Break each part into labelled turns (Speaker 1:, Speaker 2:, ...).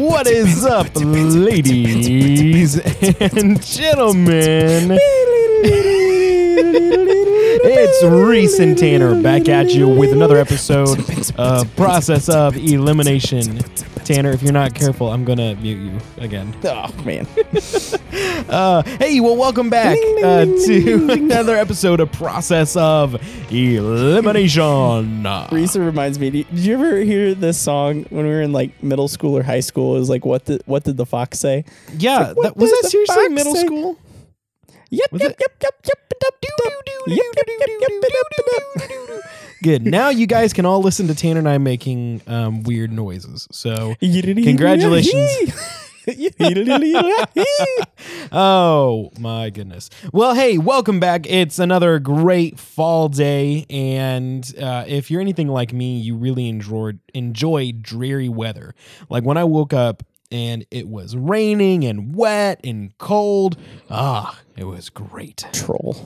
Speaker 1: What is up, ladies and gentlemen? It's Reese and Tanner back at you with another episode of Process of Elimination. Tanner, if you're not careful, I'm gonna mute you again.
Speaker 2: Oh man,
Speaker 1: Uh, hey, well, welcome back uh, to another episode of Process of Elimination.
Speaker 2: Risa reminds me. Did you ever hear this song when we were in like middle school or high school? It was like, what did what did the fox say?
Speaker 1: Yeah,
Speaker 2: what
Speaker 1: that, was
Speaker 2: does
Speaker 1: that
Speaker 2: the
Speaker 1: seriously
Speaker 2: fox
Speaker 1: middle
Speaker 2: say?
Speaker 1: school?
Speaker 2: Yep,
Speaker 1: Was
Speaker 2: yep,
Speaker 1: it-
Speaker 2: yep, yep, yep, yep, yep, yep, yep, yep, yep, yep, yep, yep, yep.
Speaker 1: Good. Now you guys can all listen to Tanner and I making um, weird noises. So, Congratulations. oh my goodness. Well, hey, welcome back. It's another great fall day, and uh, if you're anything like me, you really enjoy enjoy dreary weather. Like when I woke up and it was raining and wet and cold. Ah, it was great.
Speaker 2: Troll.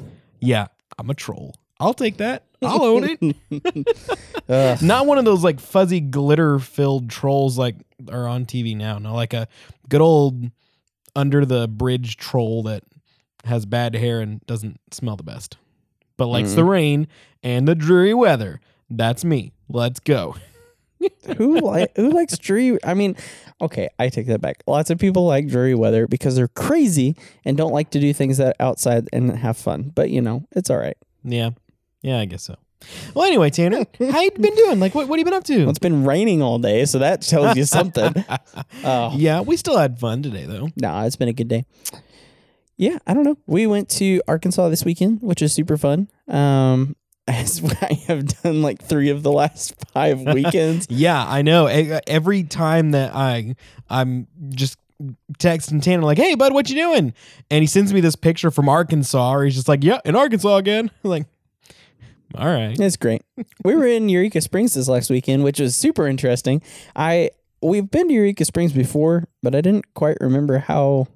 Speaker 1: Yeah, I'm a troll. I'll take that. I'll own it. Not one of those like fuzzy glitter filled trolls like are on TV now. No, like a good old under the bridge troll that has bad hair and doesn't smell the best, but likes the rain and the dreary weather. That's me. Let's go.
Speaker 2: who li- who likes dreary? I mean, okay, I take that back. Lots of people like dreary weather because they're crazy and don't like to do things that outside and have fun. But you know, it's all right.
Speaker 1: Yeah, yeah, I guess so. Well, anyway, Tanner, how you been doing? Like, what what have you been up to?
Speaker 2: Well, it's been raining all day, so that tells you something. Oh,
Speaker 1: yeah, we still had fun today though.
Speaker 2: nah, it's been a good day. Yeah, I don't know. We went to Arkansas this weekend, which is super fun. Um, as I have done like three of the last five weekends.
Speaker 1: Yeah, I know. E- Every time that I I'm just texting Tanner like, "Hey, bud, what you doing?" and he sends me this picture from Arkansas, or he's just like, "Yeah, in Arkansas again." I'm like, all right.
Speaker 2: It's great. We were in Eureka Springs this last weekend, which was super interesting. I we've been to Eureka Springs before, but I didn't quite remember how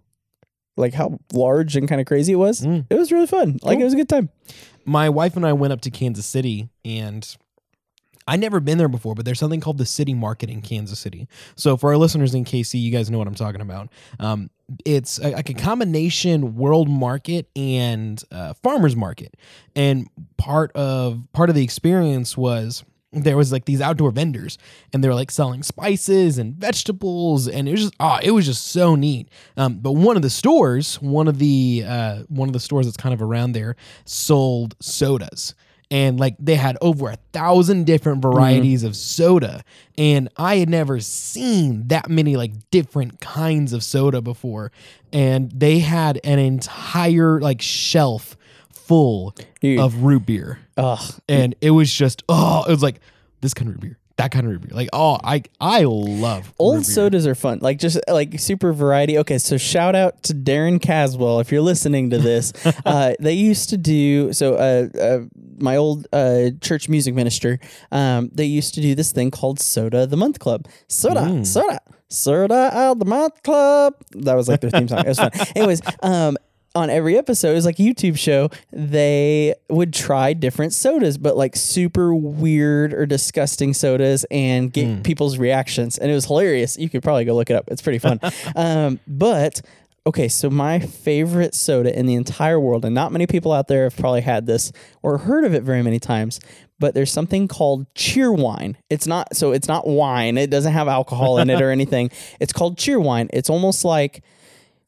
Speaker 2: like how large and kind of crazy it was.
Speaker 1: Mm.
Speaker 2: It was really fun. Like it
Speaker 1: Cool.
Speaker 2: was a good time.
Speaker 1: My wife and I went up to Kansas City, and I never been there before, but there's something called the City Market in Kansas City. So for our listeners in KC, you guys know what I'm talking about. Um, it's a- like a combination world market and uh, farmers market, and part of part of the experience was there was like these outdoor vendors and they were like selling spices and vegetables and it was just ah it was just so neat um, but one of the stores one of the uh, one of the stores that's kind of around there sold sodas and like they had over a thousand different varieties of soda and i had never seen that many like different kinds of soda before and they had an entire like shelf full
Speaker 2: Dude.
Speaker 1: of root beer
Speaker 2: Ugh.
Speaker 1: and it was just oh it was like this kind of root beer that kind of root beer like oh i i love root
Speaker 2: Old
Speaker 1: beer.
Speaker 2: sodas are fun, like just like super variety. Okay, so shout out to Darren Caswell if you're listening to this. uh, they used to do so. Uh, uh, my old uh, church music minister, um, they used to do this thing called Soda of the Month Club. Soda, soda, soda of the Month Club. That was like their theme song. It was fun. Anyways, um, on every episode, it was like a YouTube show. They would try different sodas, but like super weird or disgusting sodas, and get people's reactions. And it was hilarious. You could probably go look it up. It's pretty fun. um, but okay, so my favorite soda in the entire world, and not many people out there have probably had this or heard of it very many times. But there's something called cheer wine. It's not so. It's not wine. It doesn't have alcohol in it or anything. It's called cheer wine. It's almost like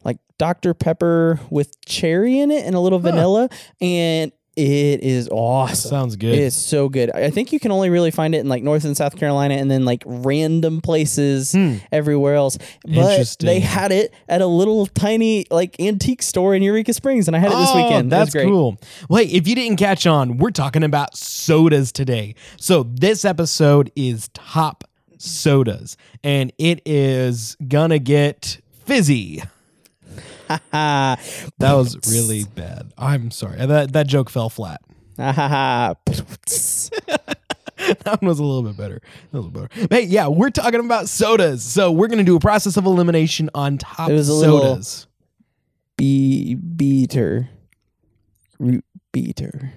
Speaker 2: like Dr. Pepper with cherry in it and a little vanilla. And it is awesome.
Speaker 1: sounds good
Speaker 2: It's so good. I I think you can only really find it in like North and South Carolina and then like random places everywhere else. But
Speaker 1: Hmm. Interesting.
Speaker 2: they had it at a little tiny like antique store in Eureka Springs and I had it this
Speaker 1: Oh,
Speaker 2: weekend. It was
Speaker 1: That's
Speaker 2: great.
Speaker 1: cool. Well, hey, if you didn't catch on, we're talking about sodas today. So this episode is top sodas, and it is gonna get fizzy.
Speaker 2: Ah,
Speaker 1: That was really bad. I'm sorry. That that joke fell flat.
Speaker 2: ah, ha, ha.
Speaker 1: that one was a little bit better. A little better. Hey, yeah, we're talking about sodas. So we're gonna do a process of elimination on top
Speaker 2: It was a little-
Speaker 1: sodas.
Speaker 2: Be beater. Root beater.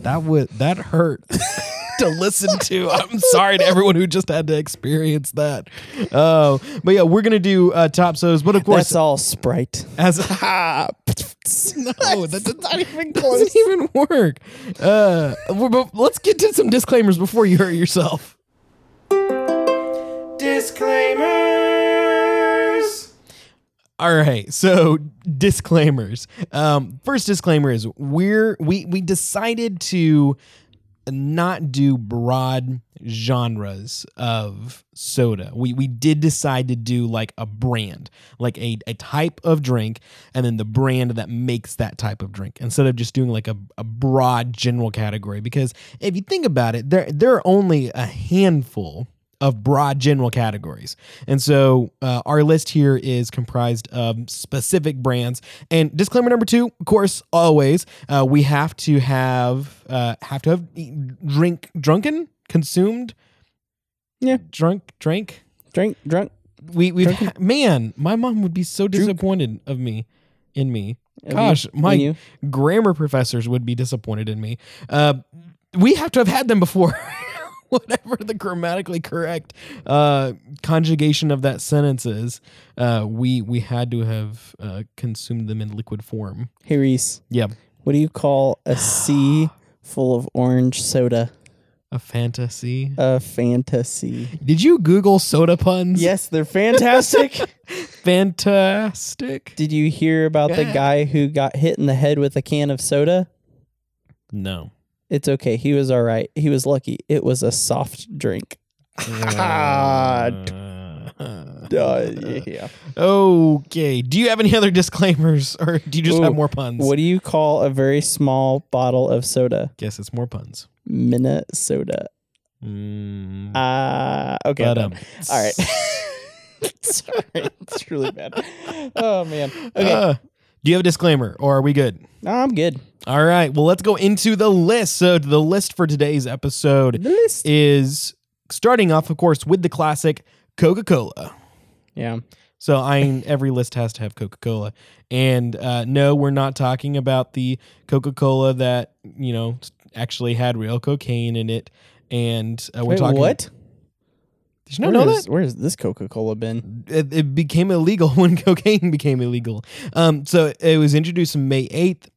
Speaker 1: That would that hurt. to listen to. I'm sorry to everyone who just had to experience that. Oh, but yeah, we're gonna do uh, top sows, but of course,
Speaker 2: That's all Sprite.
Speaker 1: as
Speaker 2: Ah,
Speaker 1: no, that doesn't,
Speaker 2: not even
Speaker 1: doesn't even work. Uh, we're, but let's get to some disclaimers before you hurt yourself.
Speaker 3: Disclaimers.
Speaker 1: All right, so disclaimers. Um, first disclaimer is we're we we decided to not do broad genres of soda. We we did decide to do like a brand, like a, a type of drink, and then the brand that makes that type of drink instead of just doing like a, a broad general category. Because if you think about it, there there are only a handful of broad general categories. And so uh, our list here is comprised of specific brands. And disclaimer number two, of course, always uh, we have to have uh, have to have e- drink drunken consumed.
Speaker 2: Yeah.
Speaker 1: drunk, drank.
Speaker 2: Drink, drunk.
Speaker 1: We we
Speaker 2: Drunken.
Speaker 1: ha- man, my mom would be so disappointed of me, in me.
Speaker 2: Of
Speaker 1: Gosh,
Speaker 2: you,
Speaker 1: my
Speaker 2: and you.
Speaker 1: grammar professors would be disappointed in me. Uh, we have to have had them before. Whatever the grammatically correct uh, conjugation of that sentence is, uh, we we had to have uh, consumed them in liquid form.
Speaker 2: Hey Reese,
Speaker 1: Yeah,
Speaker 2: what do you call a sea full of orange soda?
Speaker 1: a fantasy.
Speaker 2: A fantasy.
Speaker 1: Did you Google soda puns?
Speaker 2: Yes, they're fantastic.
Speaker 1: fantastic.
Speaker 2: Did you hear about the
Speaker 1: Yeah.
Speaker 2: guy who got hit in the head with a can of soda?
Speaker 1: No.
Speaker 2: It's okay. He was all right. He was lucky. It was a soft drink. Ah, Uh, yeah.
Speaker 1: okay. Do you have any other disclaimers, or do you just have
Speaker 2: Ooh,
Speaker 1: more puns?
Speaker 2: What do you call a very small bottle of soda?
Speaker 1: Guess it's more puns.
Speaker 2: Minnesota.
Speaker 1: Mm,
Speaker 2: Ah, okay.
Speaker 1: but,
Speaker 2: I'm done.
Speaker 1: um,
Speaker 2: All right. Sorry, it's really bad. Oh man. Okay,
Speaker 1: uh, do you have a disclaimer, or are we good?
Speaker 2: No, I'm good.
Speaker 1: All right. Well, let's go into the list. So the list for today's episode
Speaker 2: The list.
Speaker 1: is starting off, of course, with the classic Coca Cola.
Speaker 2: Yeah.
Speaker 1: So I every list has to have Coca Cola, and uh, no, we're not talking about the Coca Cola that you know actually had real cocaine in it. And uh, we're
Speaker 2: Wait,
Speaker 1: talking
Speaker 2: what?
Speaker 1: Did you not
Speaker 2: where
Speaker 1: know
Speaker 2: has-
Speaker 1: that?
Speaker 2: Where has this Coca Cola been?
Speaker 1: It, it became illegal when cocaine became illegal. Um, so it was introduced on May eighth.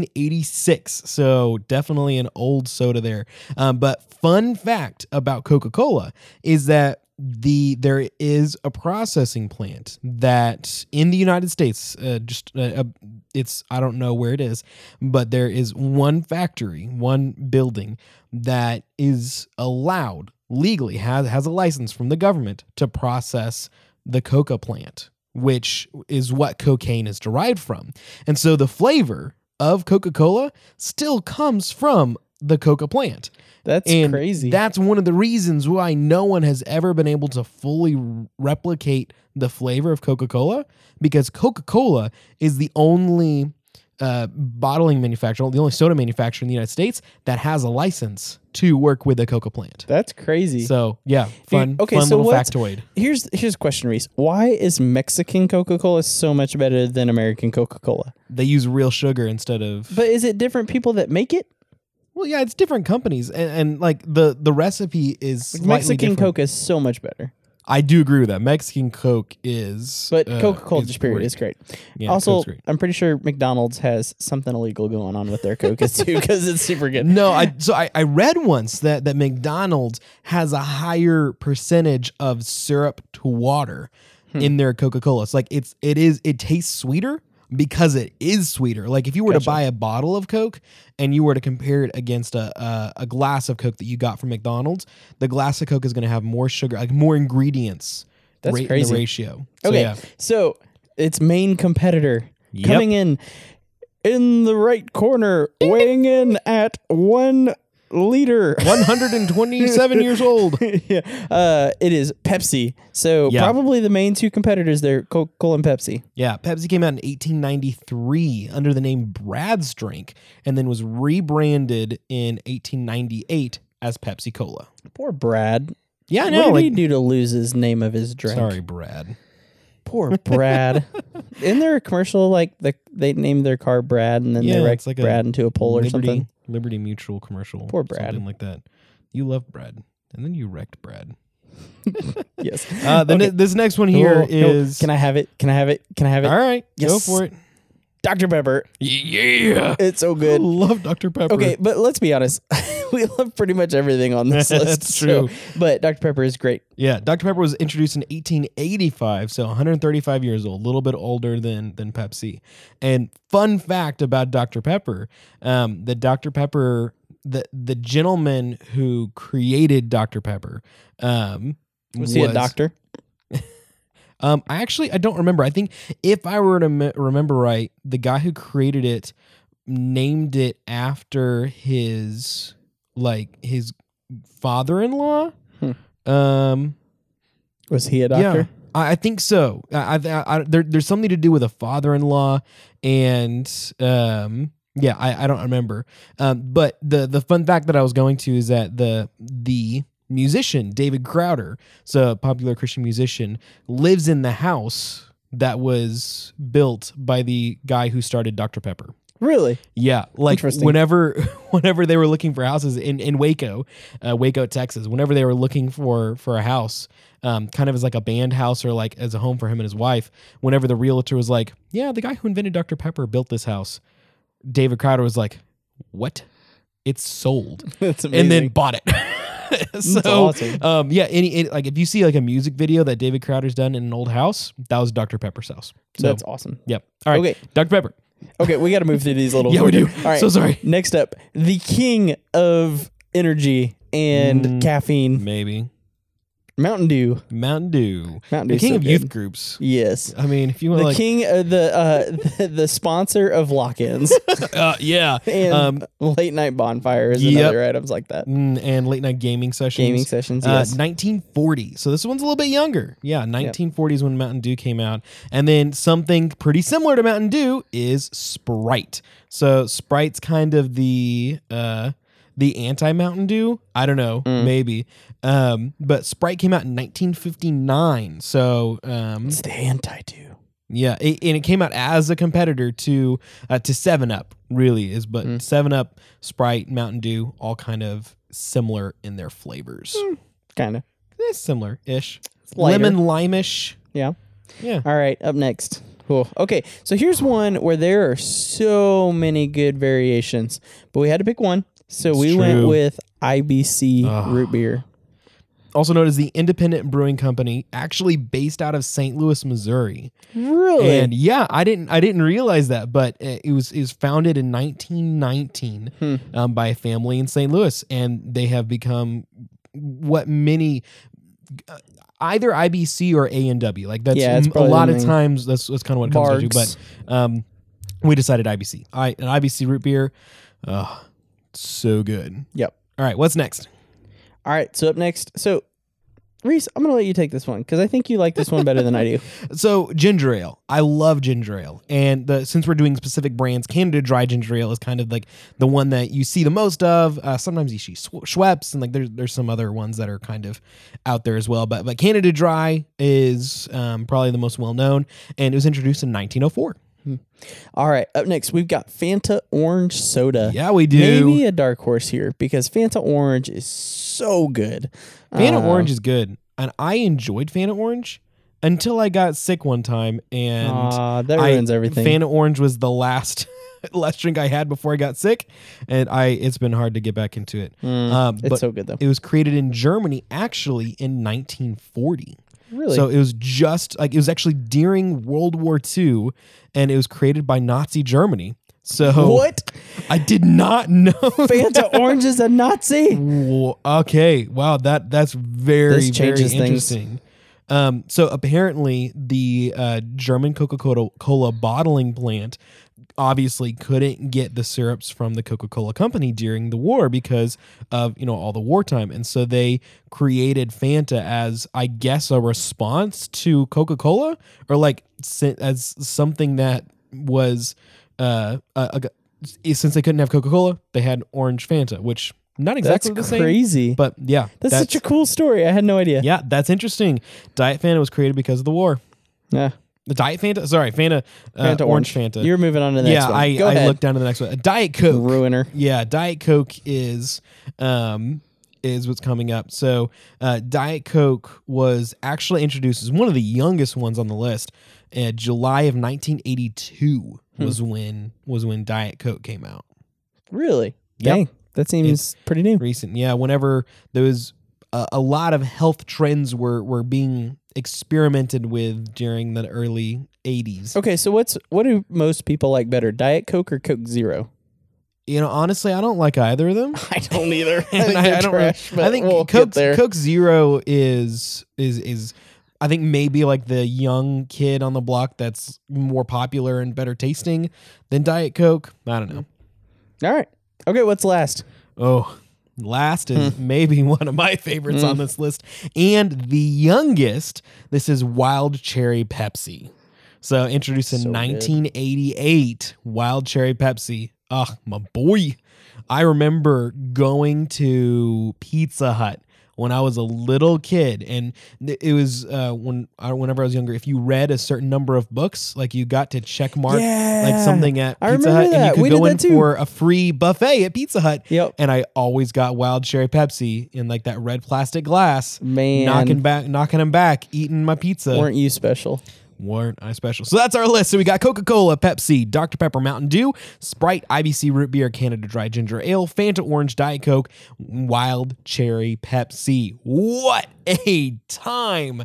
Speaker 1: 1886. So definitely an old soda there. Um, but fun fact about Coca-Cola is that the there is a processing plant that in the United States, uh, just uh, uh, it's I don't know where it is, but there is one factory, one building that is allowed legally has has a license from the government to process the coca plant, which is what cocaine is derived from. And so the flavor of Coca-Cola still comes from the coca plant.
Speaker 2: That's
Speaker 1: and
Speaker 2: crazy.
Speaker 1: That's one of the reasons why no one has ever been able to fully replicate the flavor of Coca-Cola because Coca-Cola is the only uh, bottling manufacturer, the only soda manufacturer in the United States that has a license to work with a Coca plant.
Speaker 2: That's crazy.
Speaker 1: So yeah, fun,
Speaker 2: okay,
Speaker 1: fun
Speaker 2: so
Speaker 1: little
Speaker 2: what's-
Speaker 1: factoid.
Speaker 2: here's here's a question, Reese. Why is Mexican Coca Cola so much better than American Coca Cola?
Speaker 1: They use real sugar instead of
Speaker 2: But is it different people that make it?
Speaker 1: well, yeah, it's different companies, and, and like the the recipe is slightly
Speaker 2: Mexican
Speaker 1: different.
Speaker 2: Coca is so much better.
Speaker 1: I do agree with that. Mexican Coke is,
Speaker 2: But
Speaker 1: uh,
Speaker 2: Coca Cola
Speaker 1: is
Speaker 2: just period
Speaker 1: great.
Speaker 2: is great.
Speaker 1: Yeah,
Speaker 2: also,
Speaker 1: Coke's great.
Speaker 2: I'm pretty sure McDonald's has something illegal going on with their Coca too because it's super good.
Speaker 1: No, I so I, I read once that that McDonald's has a higher percentage of syrup to water
Speaker 2: Hmm.
Speaker 1: in their Coca-Cola. It's like it's it is it tastes sweeter because it is sweeter. Like if you were to buy a bottle of Coke and you were to compare it against a a, a glass of Coke that you got from McDonald's, the glass of Coke is going to have more sugar, like more ingredients.
Speaker 2: That's
Speaker 1: in the
Speaker 2: crazy.
Speaker 1: ratio. So,
Speaker 2: Okay,
Speaker 1: yeah.
Speaker 2: so its main competitor
Speaker 1: Yep.
Speaker 2: coming in in the right corner, weighing in at one liter.
Speaker 1: 127 years old.
Speaker 2: yeah, uh, it is Pepsi. So
Speaker 1: Yeah.
Speaker 2: probably the main two competitors there, Coca Cola and Pepsi.
Speaker 1: Yeah, Pepsi came out in 1893 under the name Brad's Drink and then was rebranded in 1898 as Pepsi Cola.
Speaker 2: Poor Brad.
Speaker 1: Yeah, I
Speaker 2: what
Speaker 1: know.
Speaker 2: did
Speaker 1: like-
Speaker 2: he do to lose his name of his drink?
Speaker 1: sorry, Brad.
Speaker 2: Poor Brad. Isn't there a commercial like the, they named their car Brad and then
Speaker 1: Yeah,
Speaker 2: they
Speaker 1: it's
Speaker 2: wrecked
Speaker 1: like a
Speaker 2: Brad into a pole or
Speaker 1: Liberty,
Speaker 2: something?
Speaker 1: Liberty Mutual commercial.
Speaker 2: Poor Brad.
Speaker 1: Something like that. You love bread, and then you wrecked bread.
Speaker 2: Yes.
Speaker 1: Uh, the
Speaker 2: Okay.
Speaker 1: ne- this next one here
Speaker 2: No,
Speaker 1: is
Speaker 2: no. Can I have it? Can I have it? Can I have it?
Speaker 1: all right. Go
Speaker 2: Yes.
Speaker 1: for it.
Speaker 2: Dr. Pepper.
Speaker 1: Yeah,
Speaker 2: It's so
Speaker 1: I
Speaker 2: good.
Speaker 1: love Dr Pepper.
Speaker 2: Okay, but let's be honest. we love pretty much everything on this list.
Speaker 1: That's
Speaker 2: so-
Speaker 1: true.
Speaker 2: but Dr. Pepper is great.
Speaker 1: Yeah, Dr Pepper was introduced in 1885, so 135 years old, a little bit older than than Pepsi. And fun fact about Dr Pepper, um, the Dr Pepper, the the gentleman who created Dr Pepper, um,
Speaker 2: Was, he a doctor?
Speaker 1: Um, I actually I don't remember. I think if I were to me- remember right, the guy who created it named it after his like his father-in-law.
Speaker 2: Hmm.
Speaker 1: Um,
Speaker 2: Was he a
Speaker 1: yeah,
Speaker 2: doctor?
Speaker 1: I, I think so. I, I, I there, there's something to do with a father-in-law, and um, yeah, I, I don't remember. Um, but the the fun fact that I was going to is that the the musician David Crowder, so a popular Christian musician, lives in the house that was built by the guy who started Dr Pepper.
Speaker 2: Really?
Speaker 1: Yeah, like
Speaker 2: Interesting.
Speaker 1: whenever whenever they were looking for houses in in Waco, uh, Waco, Texas, whenever they were looking for for a house, um, kind of as like a band house or like as a home for him and his wife. Whenever the realtor was like, "Yeah, the guy who invented Dr Pepper built this house," David Crowder was like, "What? It's sold,"
Speaker 2: That's amazing.
Speaker 1: and then bought it. so.
Speaker 2: That's awesome.
Speaker 1: Um, yeah, any, any like if you see like a music video that David Crowder's done in an old house, that was Dr. Pepper's house. So
Speaker 2: That's awesome.
Speaker 1: yep. All right.
Speaker 2: Okay.
Speaker 1: Dr. Pepper.
Speaker 2: Okay, we got to move through these a little.
Speaker 1: Yeah, we
Speaker 2: quicker.
Speaker 1: do.
Speaker 2: All right.
Speaker 1: So sorry.
Speaker 2: Next up, the king of energy and
Speaker 1: Mm.
Speaker 2: caffeine,
Speaker 1: Maybe.
Speaker 2: Mountain Dew.
Speaker 1: Mountain Dew.
Speaker 2: Mountain
Speaker 1: The
Speaker 2: Dew's
Speaker 1: king
Speaker 2: so
Speaker 1: of youth
Speaker 2: good.
Speaker 1: groups.
Speaker 2: Yes.
Speaker 1: I mean, if you want
Speaker 2: The
Speaker 1: like
Speaker 2: king of the uh the, the sponsor of lock-ins
Speaker 1: uh, yeah.
Speaker 2: and
Speaker 1: Um,
Speaker 2: late night bonfires and
Speaker 1: Yep.
Speaker 2: other items like that.
Speaker 1: Mm, and late night gaming sessions.
Speaker 2: Gaming sessions,
Speaker 1: Uh,
Speaker 2: yes.
Speaker 1: 1940. So this one's a little bit younger. Yeah, 1940s when Mountain Dew came out. And then something pretty similar to Mountain Dew is Sprite. So Sprite's kind of the uh the anti Mountain Dew. I don't know,
Speaker 2: Mm.
Speaker 1: maybe. Um but Sprite came out in 1959. So um
Speaker 2: It's the anti-dew.
Speaker 1: Yeah, it, and it came out as a competitor to uh, to Seven Up. Really is, but Seven Up, Sprite, Mountain Dew, all kind of similar in their flavors.
Speaker 2: Kind of.
Speaker 1: similar ish.
Speaker 2: lighter.
Speaker 1: Lemon limeish.
Speaker 2: Yeah.
Speaker 1: Yeah.
Speaker 2: All right, up next. Cool. Okay, so here's one where there are so many good variations, but we had to pick one. So we went
Speaker 1: true.
Speaker 2: with IBC root beer.
Speaker 1: Also known as the Independent Brewing Company, actually based out of St. Louis, Missouri.
Speaker 2: Really?
Speaker 1: And yeah, I didn't I didn't realize that, but uh, it was it was founded in 1919
Speaker 2: Hmm.
Speaker 1: um, by a family in St. Louis, and they have become what many uh, either IBC or A and W. Like that's
Speaker 2: Yeah, it's
Speaker 1: a
Speaker 2: probably
Speaker 1: lot
Speaker 2: the
Speaker 1: of
Speaker 2: main-
Speaker 1: times that's that's kind of what it comes down to.
Speaker 2: Bargs.
Speaker 1: But um, we decided IBC. I an IBC root beer, oh, so good.
Speaker 2: yep.
Speaker 1: All right, what's next?
Speaker 2: All right, so up next. So Reese, I'm going to let you take this one cuz I think you like this one better than I do.
Speaker 1: So ginger ale, I love ginger ale, and the since we're doing specific brands, Canada Dry ginger ale is kind of like the one that you see the most of. Uh, sometimes you see Sw- Schweppes, and like there's there's some other ones that are kind of out there as well. But but Canada Dry is um, probably the most well known, and it was introduced in 1904.
Speaker 2: All right, up next we've got Fanta orange soda.
Speaker 1: Yeah, we do.
Speaker 2: Maybe a dark horse here because Fanta orange is so good.
Speaker 1: Fanta
Speaker 2: Um,
Speaker 1: Orange is good, and I enjoyed Fanta Orange until I got sick one time and.
Speaker 2: aw, that
Speaker 1: I-
Speaker 2: ruins everything.
Speaker 1: Fanta orange was the last last drink I had before I got sick, and I it's been hard to get back into it. um,
Speaker 2: Hmm. it's
Speaker 1: but
Speaker 2: so good though.
Speaker 1: it was created in Germany actually in 1940.
Speaker 2: Really?
Speaker 1: So it was just like it was actually during World War II, and it was created by Nazi Germany. So
Speaker 2: what?
Speaker 1: I did not know.
Speaker 2: Fanta Orange is a Nazi.
Speaker 1: Whoa, okay. Wow. That that's very
Speaker 2: This
Speaker 1: very
Speaker 2: changes things.
Speaker 1: interesting. Um, so apparently, the uh, German Coca Cola bottling plant obviously couldn't get the syrups from the Coca Cola company during the war because of you know all the wartime, and so they created Fanta as I guess a response to Coca Cola or like si- as something that was uh a, a- since they couldn't have Coca Cola, they had Orange Fanta, which not
Speaker 2: That's
Speaker 1: exactly the same.
Speaker 2: crazy.
Speaker 1: But yeah,
Speaker 2: that's, such a cool story. I had no idea.
Speaker 1: yeah, that's interesting. Diet Fanta was created because of the war.
Speaker 2: Yeah.
Speaker 1: The Diet Fanta, sorry, Fanta, uh,
Speaker 2: Fanta
Speaker 1: Orange Fanta.
Speaker 2: You're moving on to the next
Speaker 1: yeah,
Speaker 2: one.
Speaker 1: I,
Speaker 2: Go
Speaker 1: I
Speaker 2: ahead.
Speaker 1: looked down to the next one. Diet Coke.
Speaker 2: Ruiner.
Speaker 1: Yeah, Diet Coke is um is what's coming up. So, uh, Diet Coke was actually introduced as one of the youngest ones on the list. Uh, July of 1982
Speaker 2: Hmm.
Speaker 1: was when was when Diet Coke came out.
Speaker 2: Really?
Speaker 1: Yep.
Speaker 2: Dang, that seems pretty new.
Speaker 1: Recent, yeah. Whenever there was a, a lot of health trends were were being experimented with during the early 80s.
Speaker 2: Okay, so what's what do most people like better, Diet Coke or Coke Zero?
Speaker 1: You know, honestly, I don't like either of them.
Speaker 2: I don't either. I
Speaker 1: And
Speaker 2: think
Speaker 1: I-
Speaker 2: they're
Speaker 1: I don't really-
Speaker 2: trash, but
Speaker 1: I think
Speaker 2: we'll get
Speaker 1: Coke
Speaker 2: there.
Speaker 1: Coke Zero is is is I think maybe like the young kid on the block that's more popular and better tasting than Diet Coke. I don't know.
Speaker 2: All right. Okay, what's last?
Speaker 1: Oh, last is
Speaker 2: Hmm.
Speaker 1: maybe one of my favorites on this list and the youngest. This is Wild Cherry Pepsi. So introduced in
Speaker 2: So good.
Speaker 1: 1988, Wild Cherry Pepsi. Ah, my boy. I remember going to Pizza Hut when I was a little kid, and th- it was uh, when I, whenever I was younger. If you read a certain number of books, like you got to check mark like
Speaker 2: Yeah.
Speaker 1: something at
Speaker 2: I
Speaker 1: Pizza Hut,
Speaker 2: remember
Speaker 1: and you
Speaker 2: that.
Speaker 1: could
Speaker 2: We
Speaker 1: go
Speaker 2: did
Speaker 1: in
Speaker 2: that too.
Speaker 1: for a free buffet at Pizza Hut.
Speaker 2: Yep.
Speaker 1: And I always got wild cherry Pepsi in like that red plastic glass,
Speaker 2: Man,
Speaker 1: knocking back, knocking them back, eating my pizza.
Speaker 2: weren't you special?
Speaker 1: Weren't I special? So that's our list. So we got Coca Cola, Pepsi, Dr. Pepper, Mountain Dew, Sprite, IBC Root Beer, Canada Dry Ginger Ale, Fanta Orange, Diet Coke, Wild Cherry Pepsi. What a time!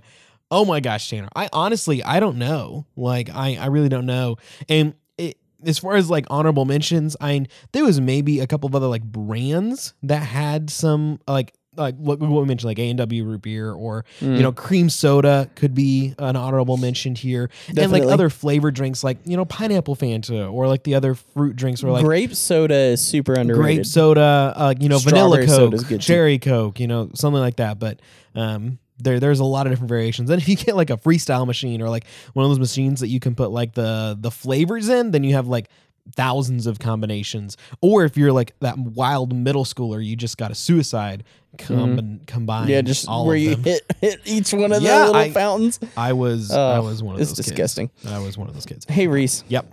Speaker 1: Oh my gosh, Tanner. I honestly, I don't know. Like, I, I really don't know. And it, as far as like honorable mentions, I there was maybe a couple of other like brands that had some like like what what we mentioned like A and W root beer or you know cream soda could be an honorable mention here and like
Speaker 2: Definitely.
Speaker 1: other flavored drinks like you know pineapple Fanta or like the other fruit drinks were like
Speaker 2: grape soda is super underrated.
Speaker 1: grape soda, uh, you know, vanilla
Speaker 2: Strawberry soda's
Speaker 1: coke,
Speaker 2: good too.
Speaker 1: cherry coke, you know, something like that. But um, there there's a lot of different variations. And if you get like a freestyle machine or like one of those machines that you can put like the the flavors in, then you have like thousands of combinations. Or if you're like that wild middle schooler, you just got a suicide com- combined.
Speaker 2: Mm-hmm. yeah, just
Speaker 1: all
Speaker 2: where
Speaker 1: of
Speaker 2: you
Speaker 1: them.
Speaker 2: hit, hit each one of
Speaker 1: Yeah,
Speaker 2: the little
Speaker 1: I-
Speaker 2: fountains.
Speaker 1: I was I
Speaker 2: Ugh,
Speaker 1: was one of
Speaker 2: Oh, it's
Speaker 1: those.
Speaker 2: disgusting.
Speaker 1: Kids. I was one of those kids.
Speaker 2: Hey Reese,
Speaker 1: Yep.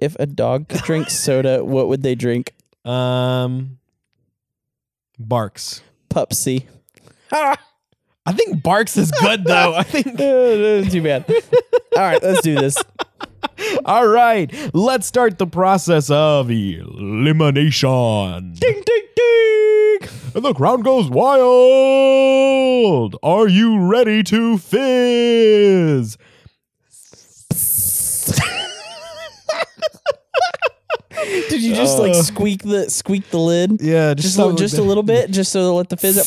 Speaker 2: if a dog could drink soda, what would they drink?
Speaker 1: Um. Barks.
Speaker 2: Pupsy.
Speaker 1: I think barks is good though. I think
Speaker 2: Uh, Too bad. All right, let's do this.
Speaker 1: All right, let's start the process of elimination.
Speaker 2: ding ding ding.
Speaker 1: And the crowd goes wild. Are you ready to fizz?
Speaker 2: Did you just like
Speaker 1: Uh.
Speaker 2: squeak the squeak the lid?
Speaker 1: Yeah,
Speaker 2: Oh. Just a, just a little bit, just so to let the fizz up.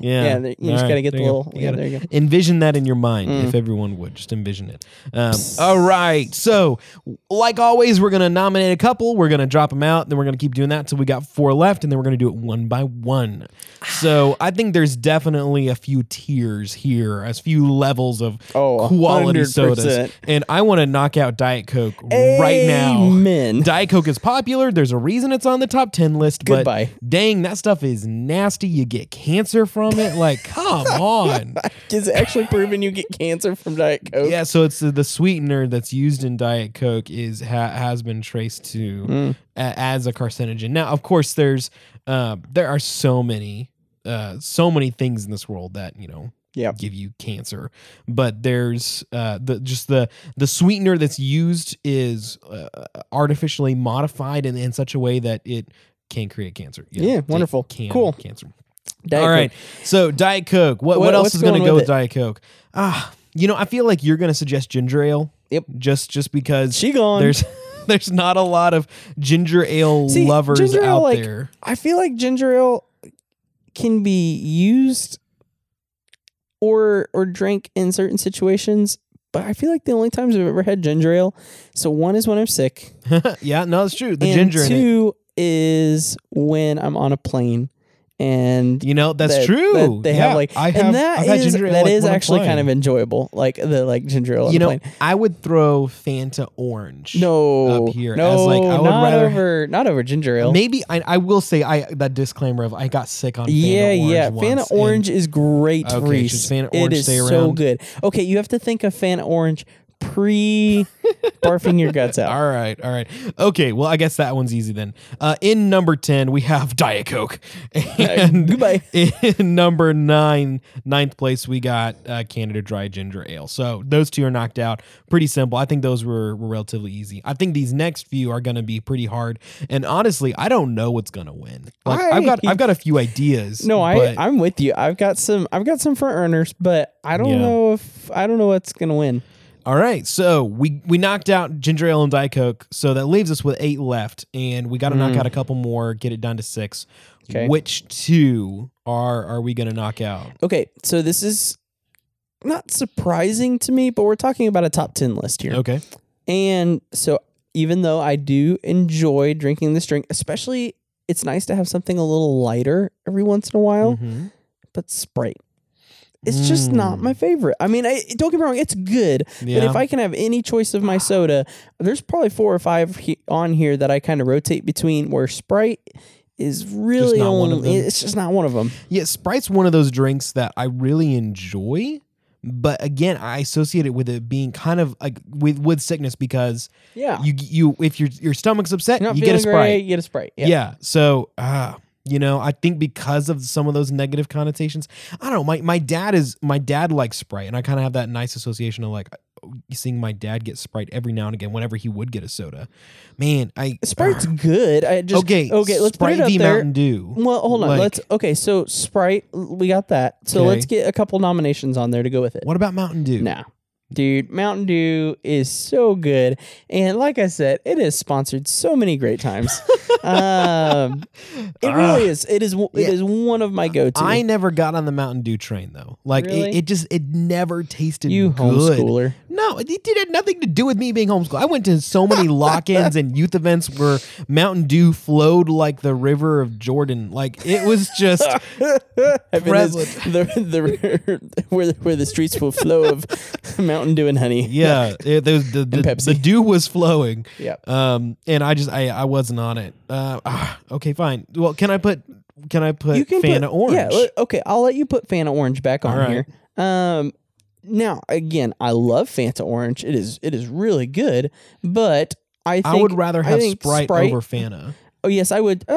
Speaker 1: Yeah,
Speaker 2: Yeah, there- you just
Speaker 1: All
Speaker 2: gotta get
Speaker 1: there you
Speaker 2: the little-
Speaker 1: You
Speaker 2: yeah, there you go. Mm.
Speaker 1: Envision that in your mind, if everyone would just envision it. Um, all right, so like always, we're gonna nominate a couple. We're gonna drop them out, then we're gonna keep doing that till we got four left, and then we're gonna do it one by one. So I think there's definitely a few tiers here, a few levels of
Speaker 2: Oh,
Speaker 1: quality
Speaker 2: 100%.
Speaker 1: sodas, and I want to knock out Diet Coke right now.
Speaker 2: Amen.
Speaker 1: Diet Coke is popular. There's a reason it's on the top 10 list, but
Speaker 2: Goodbye.
Speaker 1: dang, that stuff is nasty. You get cancer from it. Like, come on.
Speaker 2: Is it actually proven you get cancer from Diet Coke?
Speaker 1: Yeah, so it's uh, the, the sweetener that's used in Diet Coke is ha, has been traced to a- as a carcinogen. Now, of course, there's uh, there are so many uh, so many things in this world that you know
Speaker 2: Yeah.
Speaker 1: give you cancer, but there's uh, the just the the sweetener that's used is uh, artificially modified in, in such a way that it can create cancer. You
Speaker 2: Yeah,
Speaker 1: it
Speaker 2: wonderful.
Speaker 1: can
Speaker 2: Cool.
Speaker 1: cancer.
Speaker 2: Diet
Speaker 1: All
Speaker 2: Coke.
Speaker 1: right. So Diet Coke. What what,
Speaker 2: What-
Speaker 1: else
Speaker 2: what's
Speaker 1: is going to
Speaker 2: going
Speaker 1: go
Speaker 2: with
Speaker 1: with
Speaker 2: it?
Speaker 1: Diet Coke? Ah, you know, I feel like you're going to suggest ginger ale.
Speaker 2: Yep.
Speaker 1: Just just because
Speaker 2: She gone.
Speaker 1: there's there's not a lot of ginger ale
Speaker 2: See,
Speaker 1: lovers
Speaker 2: ginger ale,
Speaker 1: out
Speaker 2: like-
Speaker 1: there.
Speaker 2: I feel like ginger ale can be used or or drank in certain situations, but I feel like the only times I've ever had ginger ale. So one is when I'm sick,
Speaker 1: yeah, no, it's true. The
Speaker 2: and
Speaker 1: ginger in it.
Speaker 2: two is when I'm on a plane, and
Speaker 1: You know, that's
Speaker 2: that-
Speaker 1: true.
Speaker 2: that they
Speaker 1: Yeah,
Speaker 2: have like,
Speaker 1: I have
Speaker 2: and that
Speaker 1: I've had
Speaker 2: is
Speaker 1: ginger ale,
Speaker 2: that
Speaker 1: like,
Speaker 2: is
Speaker 1: when I'm
Speaker 2: actually kind
Speaker 1: flying.
Speaker 2: of enjoyable, like the like ginger ale. on
Speaker 1: you
Speaker 2: a
Speaker 1: know,
Speaker 2: plane.
Speaker 1: I would throw Fanta orange.
Speaker 2: no,
Speaker 1: up here as,
Speaker 2: no,
Speaker 1: like, I would
Speaker 2: not
Speaker 1: rather-
Speaker 2: over not over ginger ale.
Speaker 1: Maybe I, I will say I that disclaimer of I got sick on Fanta
Speaker 2: yeah,
Speaker 1: orange
Speaker 2: yeah.
Speaker 1: once,
Speaker 2: Fanta
Speaker 1: and-
Speaker 2: Orange is great,
Speaker 1: Okay,
Speaker 2: Reese.
Speaker 1: should Fanta
Speaker 2: it
Speaker 1: Orange
Speaker 2: is
Speaker 1: stay
Speaker 2: so
Speaker 1: around?
Speaker 2: good. Okay, you have to think of Fanta Orange pre barfing your guts out.
Speaker 1: All right, all right. Okay, well, I guess that one's easy then. Uh, in number 10, we have Diet Coke. And
Speaker 2: goodbye.
Speaker 1: in number nine, ninth place, we got uh, Canada Dry Ginger Ale. So those two are knocked out. Pretty simple. I think those were, were relatively easy. I think these next few are going to be pretty hard. And honestly, I don't know what's going to win. Like, I, have got
Speaker 2: I-
Speaker 1: I've got a few ideas.
Speaker 2: No, I
Speaker 1: but-
Speaker 2: I'm with you. I've got some I've got some front runners, but I don't
Speaker 1: Yeah.
Speaker 2: know if I don't know what's gonna win.
Speaker 1: All right, so we we knocked out ginger ale and diet coke, so that leaves us with eight left, and we got to
Speaker 2: Mm.
Speaker 1: knock out a couple more, get it down to six.
Speaker 2: 'Kay.
Speaker 1: Which two are are we going to knock out?
Speaker 2: Okay, so this is not surprising to me, but we're talking about a top ten list here.
Speaker 1: Okay,
Speaker 2: And so even though I do enjoy drinking this drink, especially it's nice to have something a little lighter every once in a while,
Speaker 1: Mhm.
Speaker 2: but Sprite. It's just not
Speaker 1: Mm.
Speaker 2: my favorite. I mean, I don't get me wrong, it's good,
Speaker 1: yeah,
Speaker 2: But if I can have any choice of my soda, there's probably four or five he- on here that I kind of rotate between. Where Sprite is really
Speaker 1: not one
Speaker 2: only-
Speaker 1: of them.
Speaker 2: it's just not one of them.
Speaker 1: yeah. Sprite's one of those drinks that I really enjoy, but again, I associate it with it being kind of like with with sickness because
Speaker 2: Yeah,
Speaker 1: you you if your your stomach's upset,
Speaker 2: you're not
Speaker 1: you
Speaker 2: feeling
Speaker 1: get a Sprite.
Speaker 2: great. You get a Sprite.
Speaker 1: Yeah.
Speaker 2: Yeah.
Speaker 1: So, uh, you know, I think because of some of those negative connotations, I don't know. My, my dad is, my dad likes Sprite, and I kind of have that nice association of like seeing my dad get Sprite every now and again whenever he would get a soda. Man, I. uh,
Speaker 2: Sprite's good. I just
Speaker 1: okay.
Speaker 2: Okay, let's
Speaker 1: Sprite
Speaker 2: put it up
Speaker 1: v
Speaker 2: there. Mm.
Speaker 1: Mountain Dew.
Speaker 2: Well, hold on.
Speaker 1: Like-
Speaker 2: let's okay. So Sprite, l- we got that. So
Speaker 1: Okay.
Speaker 2: let's get a couple nominations on there to go with it.
Speaker 1: What about Mountain Dew?
Speaker 2: Nah. Dude, Mountain Dew is so good. And like I said, it has sponsored so many great times. um, it
Speaker 1: Ah.
Speaker 2: really is. It is w-
Speaker 1: Yeah.
Speaker 2: it is one of my go to.
Speaker 1: I never got on the Mountain Dew train though. Like
Speaker 2: Really?
Speaker 1: it, it just it never tasted
Speaker 2: You
Speaker 1: good.
Speaker 2: homeschooler.
Speaker 1: No, it, it had nothing to do with me being homeschooled. I went to so many lock-ins and youth events where Mountain Dew flowed like the river of Jordan. Like it was just
Speaker 2: I mean, it's
Speaker 1: Prevalent.
Speaker 2: the, the, where, the, where the streets will flow of Mountain Dew and honey.
Speaker 1: yeah, it, there was the the,
Speaker 2: Pepsi.
Speaker 1: the dew was flowing.
Speaker 2: Yep.
Speaker 1: Um, and I just I I wasn't on it. Uh, ah, okay, fine. Well, can I put can I put Fanta
Speaker 2: put,
Speaker 1: orange?
Speaker 2: Yeah, le- okay. I'll let you put Fanta Orange back on
Speaker 1: All right.
Speaker 2: here. Um, now again, I love Fanta Orange. It is it is really good, but I think
Speaker 1: I would rather
Speaker 2: I
Speaker 1: have
Speaker 2: think
Speaker 1: Sprite, over Fanta.
Speaker 2: Oh yes, I would. Uh,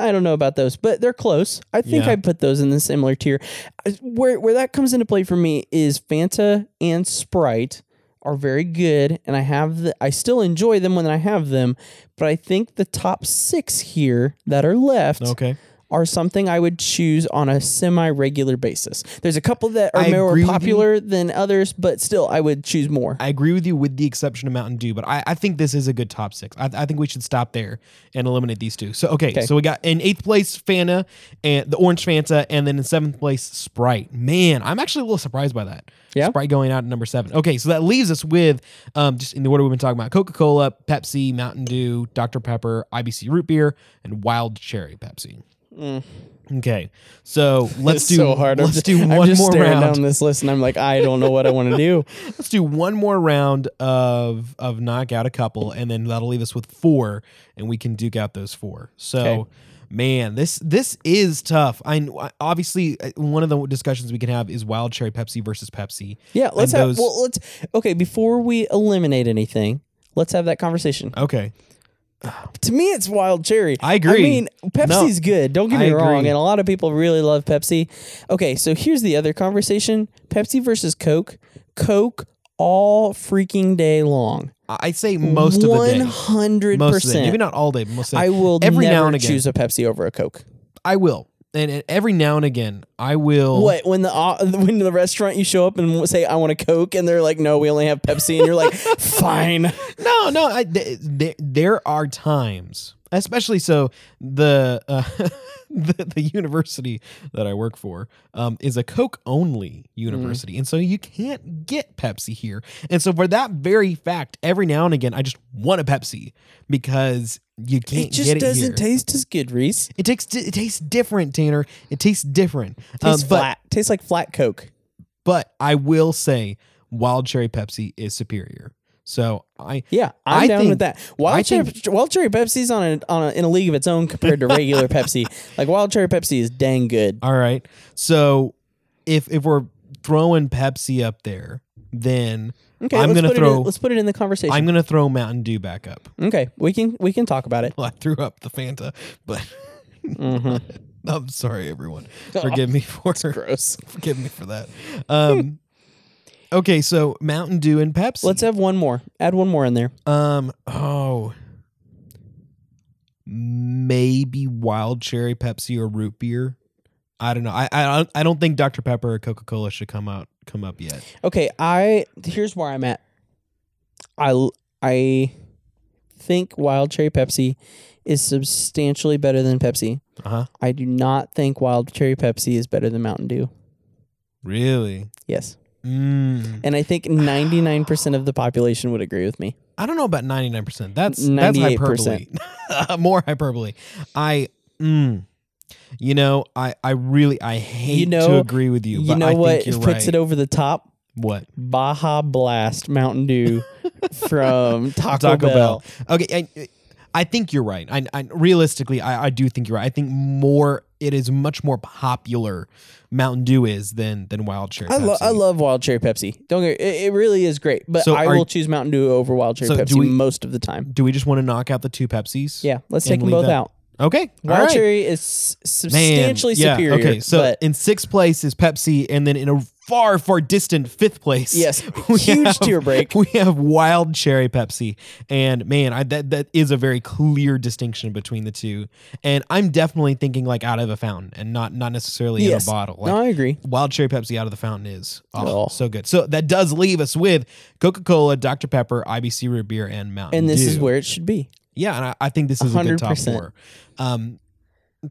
Speaker 2: I don't know about those, but they're close. I think
Speaker 1: Yeah.
Speaker 2: I'd put those in the similar tier. Uh, Where where that comes into play for me is Fanta and Sprite are very good, and I have the, I still enjoy them when I have them, but I think the top six here that are left
Speaker 1: Okay.
Speaker 2: are something I would choose on a semi regular basis. There's a couple that are
Speaker 1: I
Speaker 2: more
Speaker 1: agree with you.
Speaker 2: popular than others, but still I would choose more.
Speaker 1: I agree with you with the exception of Mountain Dew, but I, I think this is a good top six. I, I think we should stop there and eliminate these two. So okay, so we got in eighth place Fanta and the Orange Fanta, and then in seventh place Sprite. Man, I'm actually a little surprised by that.
Speaker 2: Yeah?
Speaker 1: Sprite going out at number seven. Okay, so that leaves us with um just in the order we've been talking about Coca Cola, Pepsi, Mountain Dew, Dr Pepper, IBC root beer, and Wild Cherry Pepsi. Okay, so let's
Speaker 2: Mm. It's
Speaker 1: do
Speaker 2: so hard. I'm
Speaker 1: let's
Speaker 2: just-
Speaker 1: do
Speaker 2: I'm
Speaker 1: one
Speaker 2: just
Speaker 1: more
Speaker 2: staring
Speaker 1: round.
Speaker 2: down this list, and I'm like, I don't know what I want to do.
Speaker 1: Let's do one more round of of knock out a couple, and then that'll leave us with four, and we can duke out those four. So,
Speaker 2: Okay.
Speaker 1: man, this this is tough. I kn- obviously uh, one of the discussions we can have is wild cherry Pepsi versus Pepsi.
Speaker 2: Yeah, let's
Speaker 1: And
Speaker 2: have.
Speaker 1: those-
Speaker 2: Well, let's okay. Before we eliminate anything, let's have that conversation.
Speaker 1: Okay,
Speaker 2: to me, it's wild cherry.
Speaker 1: I agree.
Speaker 2: I mean, Pepsi's good. Don't get me
Speaker 1: I
Speaker 2: wrong,
Speaker 1: agree.
Speaker 2: and a lot of people really love Pepsi. Okay, so here's the other conversation: Pepsi versus Coke. Coke all freaking day long.
Speaker 1: I I say most of the day,
Speaker 2: One hundred
Speaker 1: most of the day, maybe
Speaker 2: percent.
Speaker 1: not all day, but most of the
Speaker 2: I
Speaker 1: day.
Speaker 2: will
Speaker 1: every
Speaker 2: never
Speaker 1: now and again.
Speaker 2: choose a Pepsi over a Coke.
Speaker 1: I will, and, and every now and again I will.
Speaker 2: What when the uh, when the restaurant you show up and say I want a Coke and they're like no we only have Pepsi and you're like fine
Speaker 1: No, no. I, th- th- there are times, especially so the, uh, the the university that I work for um, is a Coke only university,
Speaker 2: Mm-hmm.
Speaker 1: and so you can't get Pepsi here. And so for that very fact, every now and again, I just want a Pepsi because you can't
Speaker 2: it just
Speaker 1: get it
Speaker 2: doesn't
Speaker 1: here.
Speaker 2: taste as good Reese
Speaker 1: it takes it tastes different, Tanner. It tastes different.
Speaker 2: tastes
Speaker 1: Um, but
Speaker 2: flat tastes like flat Coke
Speaker 1: but I will say, wild cherry Pepsi is superior. So I
Speaker 2: yeah I'm
Speaker 1: I
Speaker 2: down
Speaker 1: think-
Speaker 2: with that wild
Speaker 1: I
Speaker 2: cherry
Speaker 1: think-
Speaker 2: wild cherry Pepsi's on a, on a, in a league of its own compared to regular Pepsi like wild cherry Pepsi is dang good
Speaker 1: All right. So if if we're throwing Pepsi up there, then
Speaker 2: Okay,
Speaker 1: I'm
Speaker 2: let's
Speaker 1: gonna
Speaker 2: put it in-
Speaker 1: throw-
Speaker 2: let's put it in the conversation.
Speaker 1: I'm gonna throw Mountain Dew back up.
Speaker 2: okay, we can we can talk about it.
Speaker 1: Well, I threw up the Fanta, but
Speaker 2: Mhm.
Speaker 1: I'm sorry, everyone. Forgive me for
Speaker 2: Gross.
Speaker 1: forgive me for that. Um, okay, so Mountain Dew and Pepsi.
Speaker 2: Let's have one more. Add one more in there.
Speaker 1: um oh maybe wild cherry Pepsi or root beer. I don't know. I I I don't think Dr Pepper or Coca Cola should come out come up yet.
Speaker 2: Okay, I here's where I'm at. I I think Wild Cherry Pepsi is substantially better than Pepsi.
Speaker 1: Uh huh.
Speaker 2: I do not think Wild Cherry Pepsi is better than Mountain Dew.
Speaker 1: Really.
Speaker 2: Yes.
Speaker 1: Mm.
Speaker 2: And I think 99% of the population would agree with me.
Speaker 1: I don't know about 99%. That's that's
Speaker 2: 98%.
Speaker 1: hyperbole. More hyperbole. I mm, you know, I I really I hate
Speaker 2: You know-
Speaker 1: to agree with you,
Speaker 2: You,
Speaker 1: but
Speaker 2: know
Speaker 1: I
Speaker 2: what
Speaker 1: think you're
Speaker 2: puts
Speaker 1: right.
Speaker 2: it over the top?
Speaker 1: what?
Speaker 2: Baja Blast Mountain Dew from Taco, Bell.
Speaker 1: Okay, I, I think you're right. I, I realistically, I, I do think you're right. I think more it is much more popular Mountain Dew is than than Wild Cherry.
Speaker 2: I, lo-
Speaker 1: Pepsi.
Speaker 2: I love Wild Cherry Pepsi. Don't get, it, it really is great, but
Speaker 1: So
Speaker 2: I
Speaker 1: are-
Speaker 2: will choose Mountain Dew over Wild Cherry
Speaker 1: So do
Speaker 2: Pepsi
Speaker 1: we-
Speaker 2: most of the time.
Speaker 1: Do we just want to knock out the two Pepsis?
Speaker 2: Yeah, let's take
Speaker 1: And
Speaker 2: them
Speaker 1: leave
Speaker 2: both
Speaker 1: that-
Speaker 2: out.
Speaker 1: Okay.
Speaker 2: Wild
Speaker 1: All right.
Speaker 2: Cherry is s-
Speaker 1: Man,
Speaker 2: substantially
Speaker 1: yeah,
Speaker 2: superior.
Speaker 1: Okay, so
Speaker 2: but
Speaker 1: in sixth place is Pepsi, and then in a far, far distant fifth place,
Speaker 2: yes,
Speaker 1: we
Speaker 2: huge
Speaker 1: have-
Speaker 2: tier break.
Speaker 1: We have wild cherry Pepsi, and man, I, that that is a very clear distinction between the two. And I'm definitely thinking like out of a fountain, and not not necessarily
Speaker 2: Yes.
Speaker 1: in a bottle. Like,
Speaker 2: No, I agree.
Speaker 1: Wild cherry Pepsi out of the fountain is oh,
Speaker 2: Oh.
Speaker 1: so good. So that does leave us with Coca Cola, Dr Pepper, IBC root beer, and Mountain.
Speaker 2: And this
Speaker 1: Dew.
Speaker 2: is where it should be.
Speaker 1: Yeah, and I, I think this is a good top
Speaker 2: 100%.
Speaker 1: four. Um,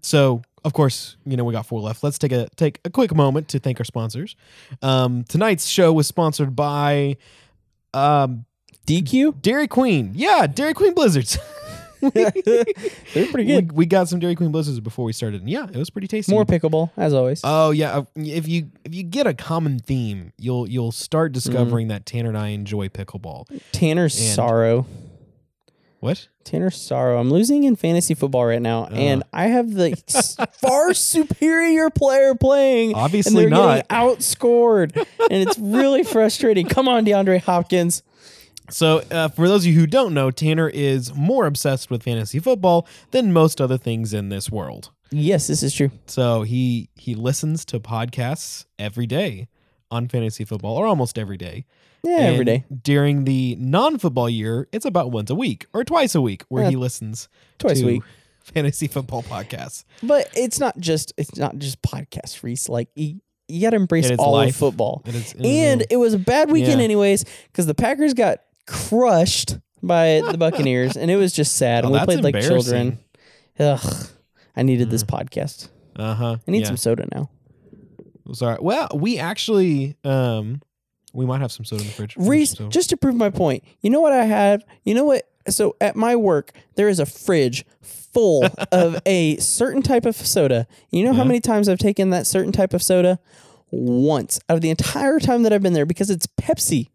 Speaker 1: so of course, you know we got four left. Let's take a take a quick moment to thank our sponsors. Um, tonight's show was sponsored by um,
Speaker 2: DQ?
Speaker 1: Dairy Queen. Yeah, Dairy Queen blizzards.
Speaker 2: They're pretty
Speaker 1: we,
Speaker 2: good.
Speaker 1: we got some Dairy Queen blizzards before we started, and yeah, it was pretty tasty.
Speaker 2: More pickable, as always.
Speaker 1: Oh yeah, uh, if you if you get a common theme, you'll you'll start
Speaker 2: Mm.
Speaker 1: discovering that Tanner and I enjoy pickleball.
Speaker 2: Tanner's
Speaker 1: and-
Speaker 2: sorrow.
Speaker 1: What?
Speaker 2: Tanner's sorrow. I'm losing in fantasy football right
Speaker 1: Uh.
Speaker 2: now, and I have the s- far superior player playing. and
Speaker 1: Obviously
Speaker 2: they're
Speaker 1: not.
Speaker 2: getting outscored, and it's really frustrating. Come on, DeAndre Hopkins.
Speaker 1: So, uh, for those of you who don't know, Tanner is more obsessed with fantasy football than most other things in this world.
Speaker 2: Yes, this is true.
Speaker 1: So he he listens to podcasts every day on fantasy football, or almost every day.
Speaker 2: Yeah, every
Speaker 1: And
Speaker 2: day,
Speaker 1: During the non-football year, it's about once a week or twice a week where
Speaker 2: Yeah.
Speaker 1: he listens
Speaker 2: twice
Speaker 1: to
Speaker 2: a week.
Speaker 1: fantasy football podcasts.
Speaker 2: But it's not just it's not just podcast Reese. Like you, you got to embrace
Speaker 1: It is
Speaker 2: all of
Speaker 1: life.
Speaker 2: football.
Speaker 1: It is, it is
Speaker 2: And it was a bad weekend,
Speaker 1: Yeah.
Speaker 2: anyways, because the Packers got crushed by the Buccaneers, and it was just sad.
Speaker 1: Oh,
Speaker 2: and we
Speaker 1: that's
Speaker 2: played like children.
Speaker 1: embarrassing. Mm.
Speaker 2: Ugh, I needed this podcast.
Speaker 1: Uh huh.
Speaker 2: I need some soda now.
Speaker 1: Sorry. Well, we actually um we might have some soda in the fridge.
Speaker 2: Reese,
Speaker 1: So-
Speaker 2: just to prove my point, you know what I have? You know what? So at my work, there is a fridge full of a certain type of soda. You know how many times I've taken that certain type of soda? Once out of the entire time that I've been there because it's Pepsi.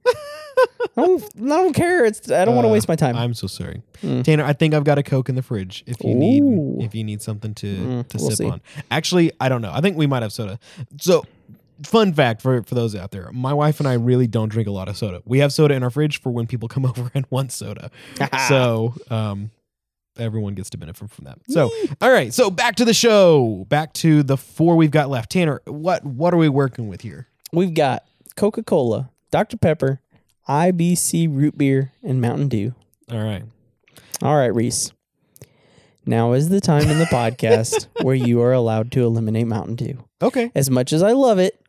Speaker 2: I, don't, I don't care. It's I don't want to
Speaker 1: Uh,
Speaker 2: waste my time. Mm.
Speaker 1: I'm so sorry, Tanner. I think I've got a Coke in the fridge. If you
Speaker 2: Ooh. Mm,
Speaker 1: need, if you need something to to
Speaker 2: we'll
Speaker 1: sip
Speaker 2: see.
Speaker 1: on. Actually, I don't know. I think we might have soda. So, fun fact for for those out there, my wife and I really don't drink a lot of soda. We have soda in our fridge for when people come over and want soda. so, um, everyone gets to benefit from that. So, all right. So back to the show. Back to the four we've got left. Tanner, what what are we working with here?
Speaker 2: We've got Coca Cola, Dr Pepper, IBC root beer, and Mountain Dew.
Speaker 1: All right.
Speaker 2: All right, Reese. Now is the time in the podcast where you are allowed to eliminate Mountain Dew.
Speaker 1: Okay.
Speaker 2: As much as I love it,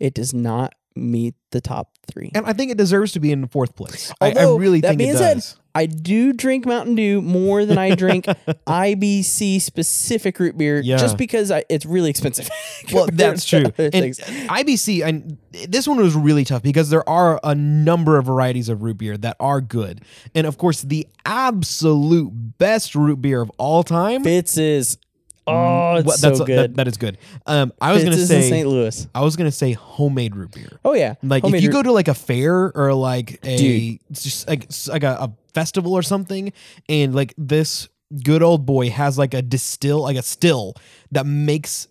Speaker 2: it does not meet the top three.
Speaker 1: And I think it deserves to be in fourth place. I- I,
Speaker 2: Although,
Speaker 1: really
Speaker 2: that
Speaker 1: think
Speaker 2: being
Speaker 1: it
Speaker 2: said,
Speaker 1: does.
Speaker 2: I do drink Mountain Dew more than I drink IBC specific root beer
Speaker 1: Yeah.
Speaker 2: just because I, it's really expensive.
Speaker 1: well
Speaker 2: compared
Speaker 1: that's
Speaker 2: to
Speaker 1: true
Speaker 2: other
Speaker 1: and
Speaker 2: things.
Speaker 1: ibc and this one was really tough because there are a number of varieties of root beer that are good and of course the absolute best root beer of all time
Speaker 2: Fitz is, oh, it's
Speaker 1: Mm, Well,
Speaker 2: so
Speaker 1: that's that-
Speaker 2: good.
Speaker 1: that is good um i was
Speaker 2: Fitz
Speaker 1: gonna
Speaker 2: is in
Speaker 1: say
Speaker 2: St. Louis.
Speaker 1: i was gonna say homemade root beer
Speaker 2: Oh, yeah.
Speaker 1: like
Speaker 2: Homemade
Speaker 1: if you go
Speaker 2: root-
Speaker 1: to like a fair or like a
Speaker 2: Dude.
Speaker 1: it's just like it's like a, a festival or something, and like this good old boy has like a distill like a still that makes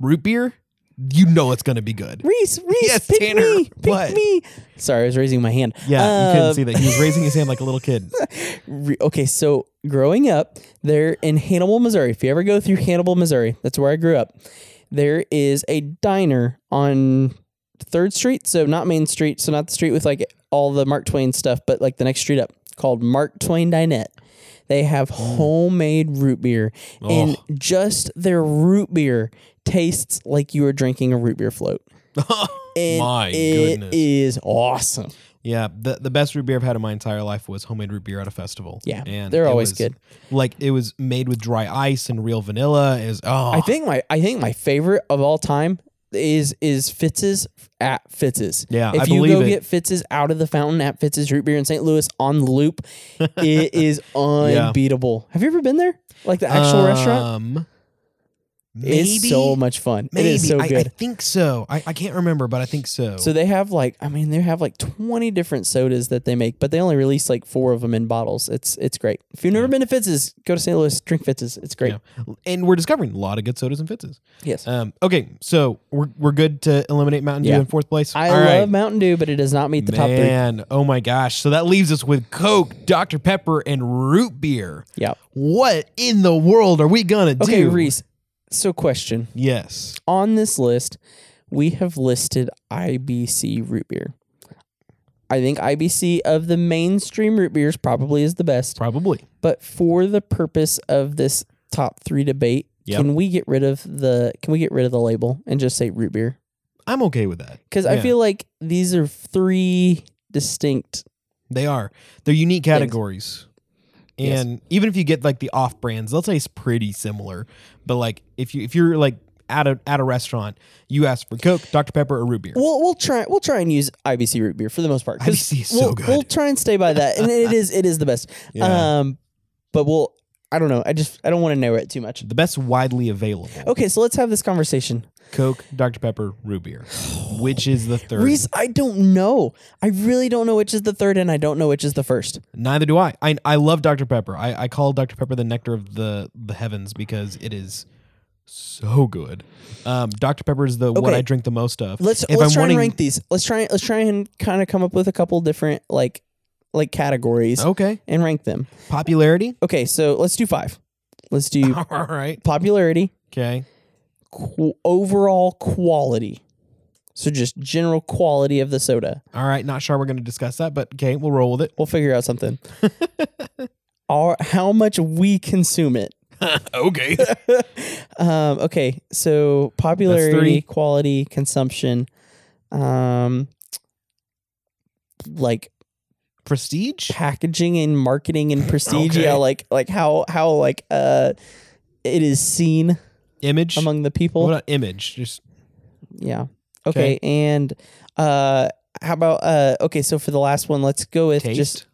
Speaker 1: root beer. you know it's going to be good.
Speaker 2: Reese, Reese,
Speaker 1: Yes,
Speaker 2: pick
Speaker 1: Tanner.
Speaker 2: me, pick
Speaker 1: What?
Speaker 2: me. Sorry, I was raising my hand.
Speaker 1: Yeah, you couldn't
Speaker 2: Um,
Speaker 1: see that. He was raising his hand like a little kid.
Speaker 2: Re- okay, so growing up there in Hannibal, Missouri, if you ever go through Hannibal, Missouri, that's where I grew up. There is a diner on Third Street, so not Main Street, so not the street with like all the Mark Twain stuff, but like the next street up called Mark Twain Dinette. They have
Speaker 1: Mm.
Speaker 2: homemade root beer, and just their root beer tastes like you are drinking a root beer float. And
Speaker 1: My
Speaker 2: it
Speaker 1: goodness.
Speaker 2: is awesome.
Speaker 1: Yeah, the the best root beer I've had in my entire life was homemade root beer at a festival.
Speaker 2: Yeah,
Speaker 1: and
Speaker 2: they're
Speaker 1: it
Speaker 2: always
Speaker 1: was-
Speaker 2: good.
Speaker 1: Like it was made with dry ice and real vanilla. Is oh,
Speaker 2: I think my I think my favorite of all time is is Fitz's at Fitz's.
Speaker 1: Yeah,
Speaker 2: if
Speaker 1: I
Speaker 2: you
Speaker 1: believe
Speaker 2: go
Speaker 1: it.
Speaker 2: get Fitz's out of the fountain at Fitz's root beer in St. Louis on loop, it is unbeatable. Have you ever been there? Like the actual restaurant,
Speaker 1: Um, maybe
Speaker 2: it's so much fun.
Speaker 1: Maybe
Speaker 2: It is so
Speaker 1: I, I
Speaker 2: good.
Speaker 1: think so. I, I can't remember, but I think so.
Speaker 2: so they have like I mean they have like twenty different sodas that they make, but they only release like four of them in bottles. It's it's great. If you've never been to Fitz's, go to St. Louis, drink Fitz's. It's great.
Speaker 1: Yeah. and we're discovering a lot of good sodas and fitzes.
Speaker 2: Yes,
Speaker 1: Um, okay, so we're we're good to eliminate Mountain Dew
Speaker 2: Yeah.
Speaker 1: in fourth place.
Speaker 2: I
Speaker 1: All
Speaker 2: love
Speaker 1: right.
Speaker 2: Mountain Dew, but it does not meet the top three.
Speaker 1: Man, oh my gosh! So that leaves us with Coke, Dr Pepper, and root beer.
Speaker 2: Yeah.
Speaker 1: What in the world are we gonna do?
Speaker 2: Okay, Reese. So question.
Speaker 1: Yes.
Speaker 2: on this list, we have listed IBC root beer. I think IBC of the mainstream root beers probably is the best,
Speaker 1: Probably.
Speaker 2: but for the purpose of this top three debate,
Speaker 1: Yep.
Speaker 2: can we get rid of the can we get rid of the label and just say root beer?
Speaker 1: I'm okay with that.
Speaker 2: Because I
Speaker 1: Yeah.
Speaker 2: feel like these are three distinct.
Speaker 1: They are. They're unique categories. And even if you get like the off brands, they'll taste pretty similar. But like if you if you're like at a at a restaurant, you ask for Coke, Dr. Pepper, or root beer.
Speaker 2: We'll we'll try we'll try and use IBC root beer for the most part. 'cause
Speaker 1: IBC is so
Speaker 2: we'll,
Speaker 1: good.
Speaker 2: We'll try and stay by that, and it is it is the best.
Speaker 1: Yeah.
Speaker 2: Um, but we'll I don't know. I just I don't want to narrow it too much.
Speaker 1: the best widely available.
Speaker 2: Okay, so let's have this conversation.
Speaker 1: Coke, Dr. Pepper, root beer. Which is the third?
Speaker 2: Reese, I don't know. I really don't know which is the third, and I don't know which is the first.
Speaker 1: Neither do I. I I love Dr. Pepper. I, I call Dr. Pepper the nectar of the the heavens because it is so good. Um, Dr. Pepper is the what
Speaker 2: Okay.
Speaker 1: I drink the most of.
Speaker 2: Let's
Speaker 1: If
Speaker 2: let's
Speaker 1: I'm
Speaker 2: try
Speaker 1: wanting-
Speaker 2: and rank these. Let's try let's try and kind of come up with a couple different like like categories
Speaker 1: Okay.
Speaker 2: and rank them.
Speaker 1: Popularity.
Speaker 2: Okay, so let's do five. Let's do
Speaker 1: All right.
Speaker 2: popularity,
Speaker 1: Okay.
Speaker 2: qu- overall quality. So just general quality of the soda.
Speaker 1: All right. Not sure we're going to discuss that, but okay, we'll roll with it.
Speaker 2: We'll figure out something. Our, how much we consume it.
Speaker 1: okay.
Speaker 2: Um, okay, so popularity,
Speaker 1: three.
Speaker 2: quality, consumption, um, like
Speaker 1: Prestige.
Speaker 2: packaging and marketing and prestige.
Speaker 1: Okay.
Speaker 2: Yeah, like like how how like uh, it is seen
Speaker 1: Image.
Speaker 2: among the people.
Speaker 1: what about image? Just
Speaker 2: yeah. Okay, and uh, how about uh? Okay, so for the last one, let's go with
Speaker 1: taste.
Speaker 2: just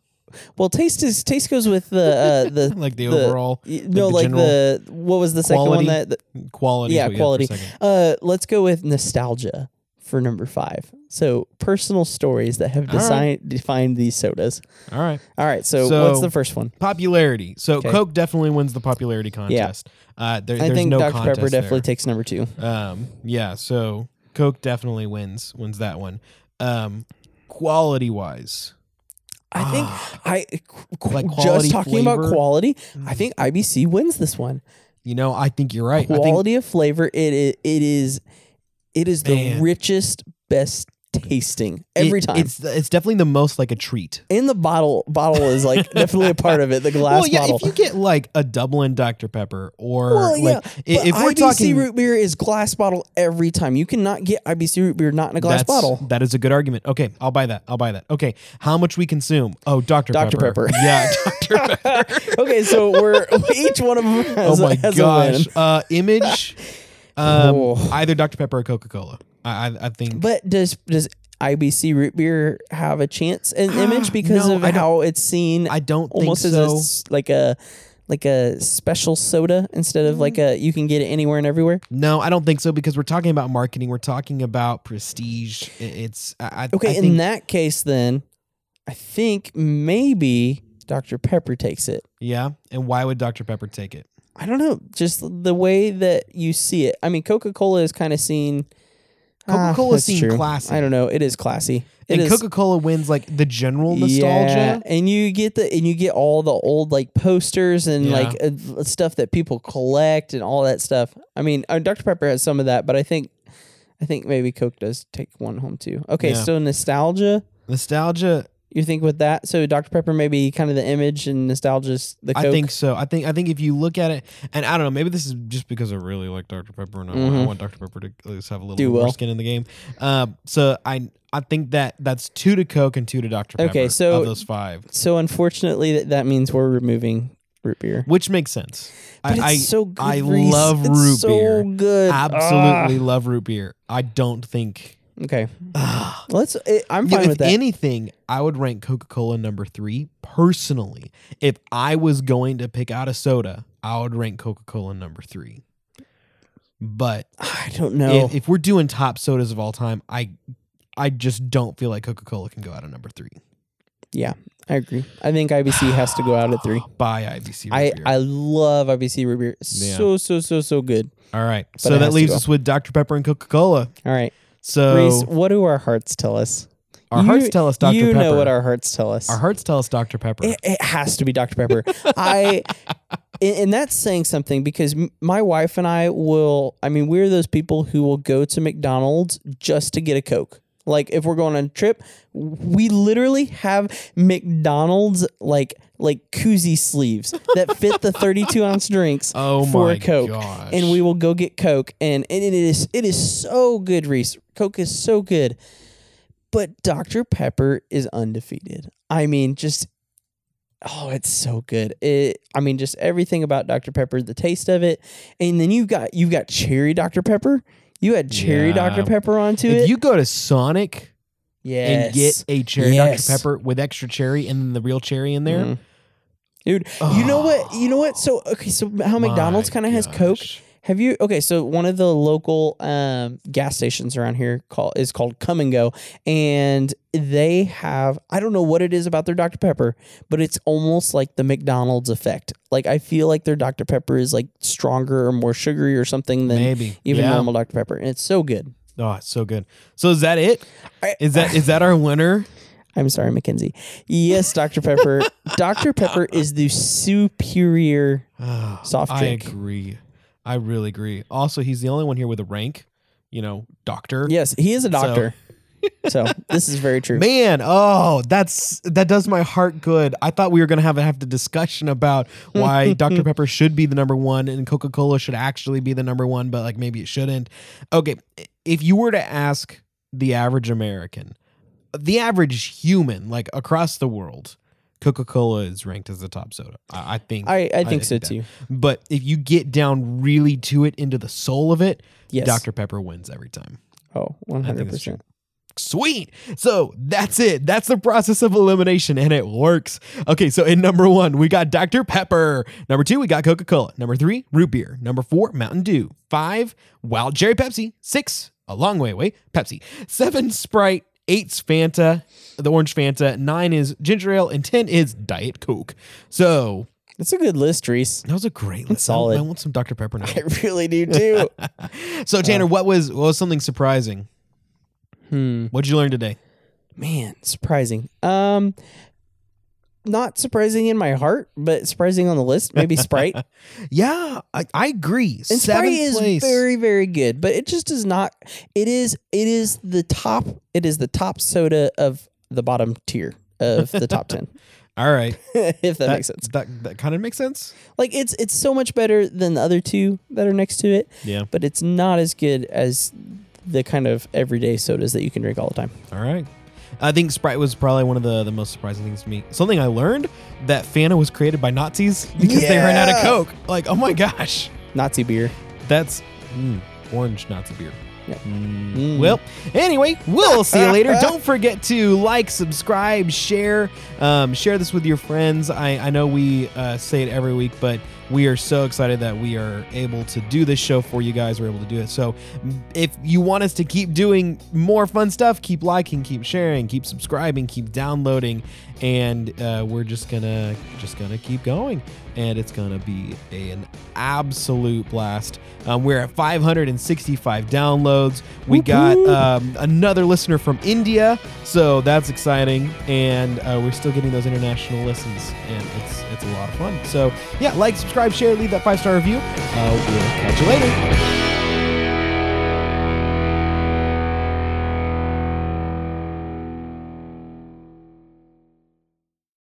Speaker 2: well, taste is taste goes with the uh, the.
Speaker 1: like the,
Speaker 2: the-
Speaker 1: overall
Speaker 2: y- no,
Speaker 1: the
Speaker 2: like
Speaker 1: general
Speaker 2: the what was the second one
Speaker 1: quality?
Speaker 2: that, that
Speaker 1: quality. is
Speaker 2: yeah,
Speaker 1: what you had for
Speaker 2: quality.
Speaker 1: second.
Speaker 2: Uh, let's go with nostalgia for number five. So personal stories that have
Speaker 1: All right.
Speaker 2: designed defined these sodas.
Speaker 1: All right.
Speaker 2: All right. So,
Speaker 1: So-
Speaker 2: what's the first one?
Speaker 1: Popularity. So
Speaker 2: Okay.
Speaker 1: Coke definitely wins the popularity contest. Uh, there,
Speaker 2: I
Speaker 1: there's
Speaker 2: think
Speaker 1: no
Speaker 2: Dr
Speaker 1: contest
Speaker 2: Pepper definitely
Speaker 1: there.
Speaker 2: takes number two.
Speaker 1: Um, yeah, so Coke definitely wins wins that one. Um, quality wise,
Speaker 2: I think I qu-
Speaker 1: Ah. Like
Speaker 2: just
Speaker 1: quality,
Speaker 2: talking about
Speaker 1: flavor?
Speaker 2: quality. I think IBC wins this one.
Speaker 1: you know, I think you're right. I think
Speaker 2: Quality of flavor. It it, it is it is the
Speaker 1: Man.
Speaker 2: richest, best tasting every
Speaker 1: it-
Speaker 2: time.
Speaker 1: it's it's definitely the most like a treat.
Speaker 2: and the bottle bottle is like definitely a part of it. The glass
Speaker 1: well, yeah,
Speaker 2: bottle.
Speaker 1: if you get like a Dublin Dr Pepper or like
Speaker 2: Well, yeah,
Speaker 1: i-
Speaker 2: but
Speaker 1: if we're
Speaker 2: IBC
Speaker 1: talking
Speaker 2: root beer is glass bottle every time. You cannot get IBC root beer not in a glass
Speaker 1: that's-
Speaker 2: bottle.
Speaker 1: that is a good argument. Okay, I'll buy that. I'll buy that. Okay, how much we consume? Oh, Dr
Speaker 2: Dr. Pepper.
Speaker 1: yeah, Dr Pepper.
Speaker 2: okay, so we're each one of them has,
Speaker 1: oh my
Speaker 2: has a
Speaker 1: gosh,
Speaker 2: win.
Speaker 1: uh, image. Um,
Speaker 2: Oh.
Speaker 1: either Dr Pepper or Coca Cola. I, I I think
Speaker 2: But does does IBC root beer have a chance in image because
Speaker 1: No,
Speaker 2: of
Speaker 1: I don't-
Speaker 2: how it's seen
Speaker 1: I don't
Speaker 2: almost
Speaker 1: think
Speaker 2: as a
Speaker 1: so.
Speaker 2: s like a like a special soda instead of like
Speaker 1: Mm.
Speaker 2: a you can get it anywhere and everywhere?
Speaker 1: no, I don't think so because we're talking about marketing. We're talking about prestige. I- It's I, I-
Speaker 2: Okay,
Speaker 1: I
Speaker 2: in
Speaker 1: think,
Speaker 2: that case then I think maybe Dr. Pepper takes it.
Speaker 1: yeah. And why would Dr Pepper take it?
Speaker 2: I don't know, just the way that you see it. I mean, Coca Cola is kind of seen
Speaker 1: Coca Cola
Speaker 2: Ah, that's
Speaker 1: seemed
Speaker 2: true.
Speaker 1: classy.
Speaker 2: I don't know. It is classy. It
Speaker 1: and
Speaker 2: is.
Speaker 1: Coca Cola wins like the general nostalgia.
Speaker 2: and you get the and you get all the old like posters and
Speaker 1: Yeah.
Speaker 2: like uh, stuff that people collect and all that stuff. I mean, uh, Dr Pepper has some of that, but I think I think maybe Coke does take one home too. Okay,
Speaker 1: Yeah.
Speaker 2: so nostalgia.
Speaker 1: Nostalgia.
Speaker 2: You think with that? So Dr Pepper maybe kind of the image and nostalgia's the Coke.
Speaker 1: I think so. I think I think if you look at it, and I don't know, maybe this is just because I really like Dr Pepper, and I, want, I
Speaker 2: Mhm.
Speaker 1: want Dr Pepper to at least have a little
Speaker 2: Do
Speaker 1: bit more
Speaker 2: well.
Speaker 1: skin in the game. Um, so I I think that that's two to Coke and two to Dr Pepper.
Speaker 2: Okay, so-
Speaker 1: of those five,
Speaker 2: so. Unfortunately, that, that means we're removing root beer.
Speaker 1: which makes sense.
Speaker 2: But it's
Speaker 1: I, I
Speaker 2: so good.
Speaker 1: I
Speaker 2: Reese.
Speaker 1: love
Speaker 2: It's
Speaker 1: root
Speaker 2: so
Speaker 1: beer.
Speaker 2: good.
Speaker 1: absolutely love root beer. I don't think.
Speaker 2: Ah. Okay,
Speaker 1: Ah.
Speaker 2: let's. I- I'm
Speaker 1: You know,
Speaker 2: fine
Speaker 1: if
Speaker 2: with that.
Speaker 1: anything, I would rank Coca Cola number three personally. If I was going to pick out a soda, I would rank Coca Cola number three. But
Speaker 2: I don't know.
Speaker 1: if, if we're doing top sodas of all time, I I just don't feel like Coca Cola can go out at number three.
Speaker 2: I agree. I think IBC has to go out at three.
Speaker 1: By IBC.
Speaker 2: I,
Speaker 1: root beer.
Speaker 2: I love IBC root beer.
Speaker 1: Yeah.
Speaker 2: So so so so good.
Speaker 1: all right.
Speaker 2: it
Speaker 1: So
Speaker 2: has
Speaker 1: that
Speaker 2: to
Speaker 1: leaves
Speaker 2: go.
Speaker 1: us with Dr Pepper and Coca Cola.
Speaker 2: All right,
Speaker 1: So
Speaker 2: Reese. What do our hearts tell us?
Speaker 1: our
Speaker 2: you-
Speaker 1: hearts tell us Dr
Speaker 2: you
Speaker 1: Pepper.
Speaker 2: know what our hearts tell us.
Speaker 1: Our hearts tell us Dr Pepper.
Speaker 2: it, it has to be Dr Pepper. I. And and that's saying something because m- my wife and I will. I mean, we're those people who will go to McDonald's just to get a Coke. Like if we're going on a trip, we literally have McDonald's like like koozie sleeves that fit the thirty-two ounce drinks.
Speaker 1: oh
Speaker 2: for
Speaker 1: my
Speaker 2: a Coke,
Speaker 1: gosh.
Speaker 2: and we will go get Coke, and, and it is it is so good, Reese. Coke is so good, but Dr Pepper is undefeated. I mean, just oh, it's so good. It, I mean, just everything about Dr Pepper, the taste of it, and then you've got you've got cherry Dr Pepper. You had cherry
Speaker 1: Yeah.
Speaker 2: Dr Pepper onto
Speaker 1: if
Speaker 2: it.
Speaker 1: you go to Sonic
Speaker 2: yes.
Speaker 1: and get a cherry
Speaker 2: Yes.
Speaker 1: Dr Pepper with extra cherry and then the real cherry in there.
Speaker 2: Mhm. Dude, you know what?
Speaker 1: oh.
Speaker 2: You know what? So okay, so how McDonald's kind of has Coke. Have you okay? So one of the local um, gas stations around here call is called Come and Go, and they have I don't know what it is about their Dr Pepper, but it's almost like the McDonald's effect. Like I feel like their Dr Pepper is like stronger or more sugary or something than
Speaker 1: Maybe
Speaker 2: even
Speaker 1: yeah.
Speaker 2: normal Dr Pepper, and it's so good.
Speaker 1: Oh, it's so good. So is that it?
Speaker 2: I-
Speaker 1: Is that is that our winner?
Speaker 2: I'm sorry, Mackenzie. Yes, Dr Pepper. Dr Pepper is the superior.
Speaker 1: Ah,
Speaker 2: Soft drink.
Speaker 1: I agree. I really agree. Also, he's the only one here with a rank. You know, doctor.
Speaker 2: Yes, he is a doctor. So, this is very true.
Speaker 1: Man, oh, that's that does my heart good. I thought we were gonna have have the discussion about why Dr. Pepper should be the number one and Coca Cola should actually be the number one, but like maybe it shouldn't. Okay, if you were to ask the average American, the average human, like across the world, Coca Cola is ranked as the top soda. I, I think.
Speaker 2: I, I think so
Speaker 1: that-
Speaker 2: too.
Speaker 1: But if you get down really to it, into the soul of it,
Speaker 2: Yes.
Speaker 1: Dr. Pepper wins every time.
Speaker 2: Oh,
Speaker 1: I think
Speaker 2: 100
Speaker 1: that's true.
Speaker 2: percent.
Speaker 1: Sweet. So that's it. That's the process of elimination, and it works. Okay, so in number one, we got Dr. Pepper. Number two, we got Coca Cola. Number three, root beer. Number four, Mountain Dew. Five, Wild Cherry Pepsi. Six, a long way away, Pepsi. Seven, Sprite. Eight's Fanta, the orange Fanta. Nine is ginger ale, and ten is Diet Coke. So
Speaker 2: That's a good list, Reese.
Speaker 1: that was a great list. I-
Speaker 2: solid.
Speaker 1: I want some Dr. Pepper now.
Speaker 2: I really do too.
Speaker 1: so Tanner, what was what was something surprising?
Speaker 2: hmm.
Speaker 1: What'd you learn today?
Speaker 2: Man, surprising. Um not surprising in my heart, but surprising on the list. Maybe Sprite. and
Speaker 1: Yeah, I, I agree. Seventh
Speaker 2: Sprite is
Speaker 1: place.
Speaker 2: very, very good, but it just is not it is it is the top it is the top soda of the bottom tier of the top ten.
Speaker 1: All right,
Speaker 2: if that makes sense.
Speaker 1: That that kind of makes sense.
Speaker 2: Like it's it's so much better than the other two that are next to it,
Speaker 1: Yeah.
Speaker 2: but it's not as good as the kind of everyday sodas that you can drink all the time.
Speaker 1: All right. I think Sprite was probably one of the, the most surprising things to me. Something I learned that Fanta was created by Nazis because they ran out of
Speaker 2: Yeah.
Speaker 1: Coke. Like, oh my gosh,
Speaker 2: Nazi beer.
Speaker 1: that's mm, orange Nazi beer.
Speaker 2: Yeah.
Speaker 1: Mm.
Speaker 2: Mm.
Speaker 1: Well, anyway, we'll see you later. Don't forget to like, subscribe, share, um, share this with your friends. I, I know we uh, say it every week, but we are so excited that we are able to do this show for you guys. We're able to do it. So mm, if you want us to keep doing more fun stuff, keep liking, keep sharing, keep subscribing, keep downloading, and uh, we're just gonna just gonna keep going, and it's gonna be an absolute blast. Um, we're at 565 downloads. We got um, another listener from India, so that's exciting, and uh, we're still getting those international listens, and it's it's a lot of fun. So yeah, like, subscribe, share, leave that five star review. Uh, we'll catch you later.